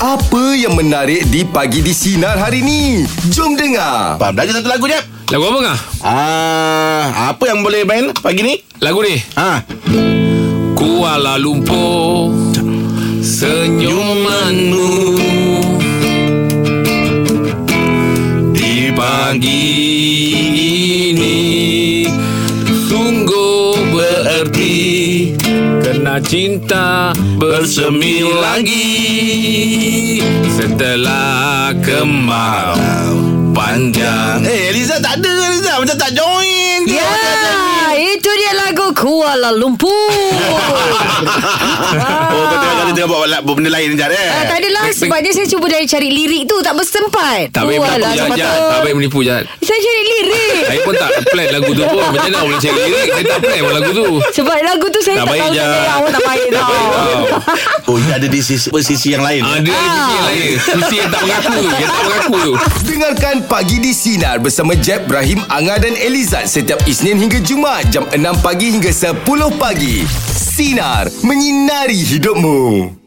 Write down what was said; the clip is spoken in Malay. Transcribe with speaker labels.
Speaker 1: Apa yang menarik di pagi di sinar hari ni? Jom dengar.
Speaker 2: Faham Belajar satu lagu jap
Speaker 3: Lagu apa ngah?
Speaker 2: Ah, Apa yang boleh main pagi ni
Speaker 3: Lagu ni
Speaker 2: Ah,
Speaker 3: Kuala Lumpur Senyumanmu Di pagi ini Sungguh bererti Kena cinta bersemi lagi Setelah kemarau panjang
Speaker 2: Eh Eliza tak ada Eliza Macam tak join ke?
Speaker 4: Ya, itu dia lagu Kuala Lumpur.
Speaker 2: Oh kau tengah kata
Speaker 4: ah.
Speaker 2: tengah buat la- buat benda lain sekejap eh
Speaker 4: Ah, tak adalah sebabnya saya cuba dari cari lirik tu tak bersempat.
Speaker 3: Tak baik menipu
Speaker 4: Kuala
Speaker 3: jahat, jahat.
Speaker 4: Lumpur.
Speaker 3: Tak baik menipu jahat
Speaker 4: Saya cari lirik.
Speaker 3: Saya pun tak plan lagu tu pun Macam mana boleh cari lirik Saya tak plan pun lagu tu
Speaker 4: Sebab lagu tu saya
Speaker 3: Tak
Speaker 4: tak,
Speaker 3: baik,
Speaker 4: tahu
Speaker 3: Jad.
Speaker 4: saya awak tak baik
Speaker 3: Tak
Speaker 4: tau.
Speaker 3: baik tau
Speaker 2: Oh dia ada di sisi, apa, sisi yang lain eh?
Speaker 3: Ah, Dia ada sisi yang lain Sisi yang tak mengaku tu Yang tak mengaku tu
Speaker 1: Dengarkan Pagi di Sinar bersama Jeb, Ibrahim, Anga dan Elizad setiap Isnin hingga Jumaat jam 6 pagi hingga 10 pagi. Sinar, menyinari hidupmu.